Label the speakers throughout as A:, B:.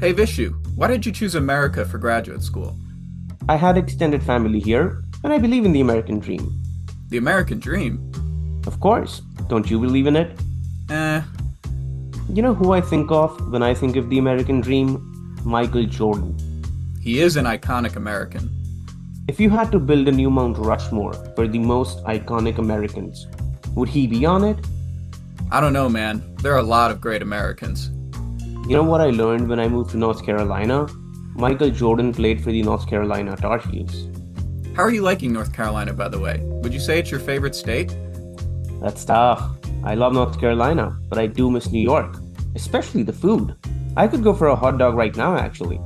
A: Hey Vishu, why did you choose America for graduate school?
B: I had extended family here, and I believe in the American dream.
A: The American dream?
B: Of course. Don't you believe in it?
A: Eh,
B: You know who I think of when I think of the American dream? Michael Jordan.
A: he is an iconic American.
B: If you had to build a new Mount Rushmore for the most iconic Americans, would he be on it?
A: I don't know, man. There are a lot of great Americans.
B: You know what I learned when I moved to North Carolina? Michael Jordan played for the North Carolina Tar Heels.
A: How are you liking North Carolina, by the way? Would you say it's your favorite state?
B: That's tough. I love North Carolina, but I do miss New York, especially the food. I could go for a hot dog right now, actually.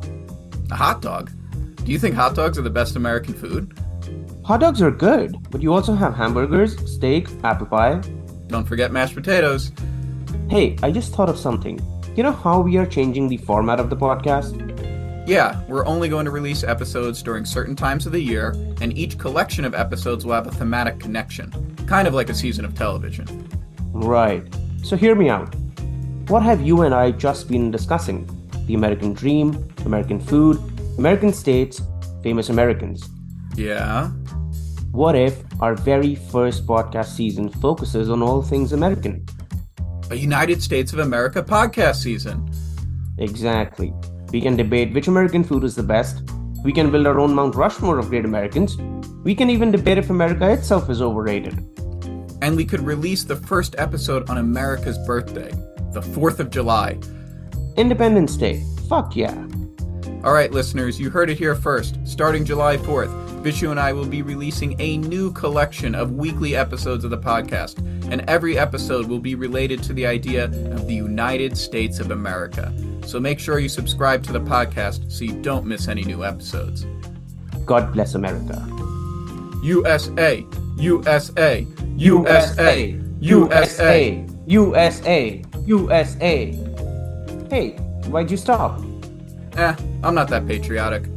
A: A hot dog? Do you think hot dogs are the best American food?
B: Hot dogs are good, but you also have hamburgers, steak, apple pie.
A: Don't forget mashed potatoes.
B: Hey, I just thought of something. You know how we are changing the format of the podcast?
A: Yeah, we're only going to release episodes during certain times of the year, and each collection of episodes will have a thematic connection, kind of like a season of television.
B: Right. So hear me out. What have you and I just been discussing? The American dream, American food, American states, famous Americans.
A: Yeah?
B: What if our very first podcast season focuses on all things American?
A: A United States of America podcast season.
B: Exactly. We can debate which American food is the best. We can build our own Mount Rushmore of great Americans. We can even debate if America itself is overrated.
A: And we could release the first episode on America's birthday, the 4th of July.
B: Independence Day. Fuck yeah.
A: All right, listeners, you heard it here first. Starting July 4th, Vishu and I will be releasing a new collection of weekly episodes of the podcast, and every episode will be related to the idea of the United States of America. So make sure you subscribe to the podcast so you don't miss any new episodes.
B: God bless America.
A: USA, USA, USA, USA.
B: USA, USA, USA. Hey, why'd you stop?
A: Eh, I'm not that patriotic.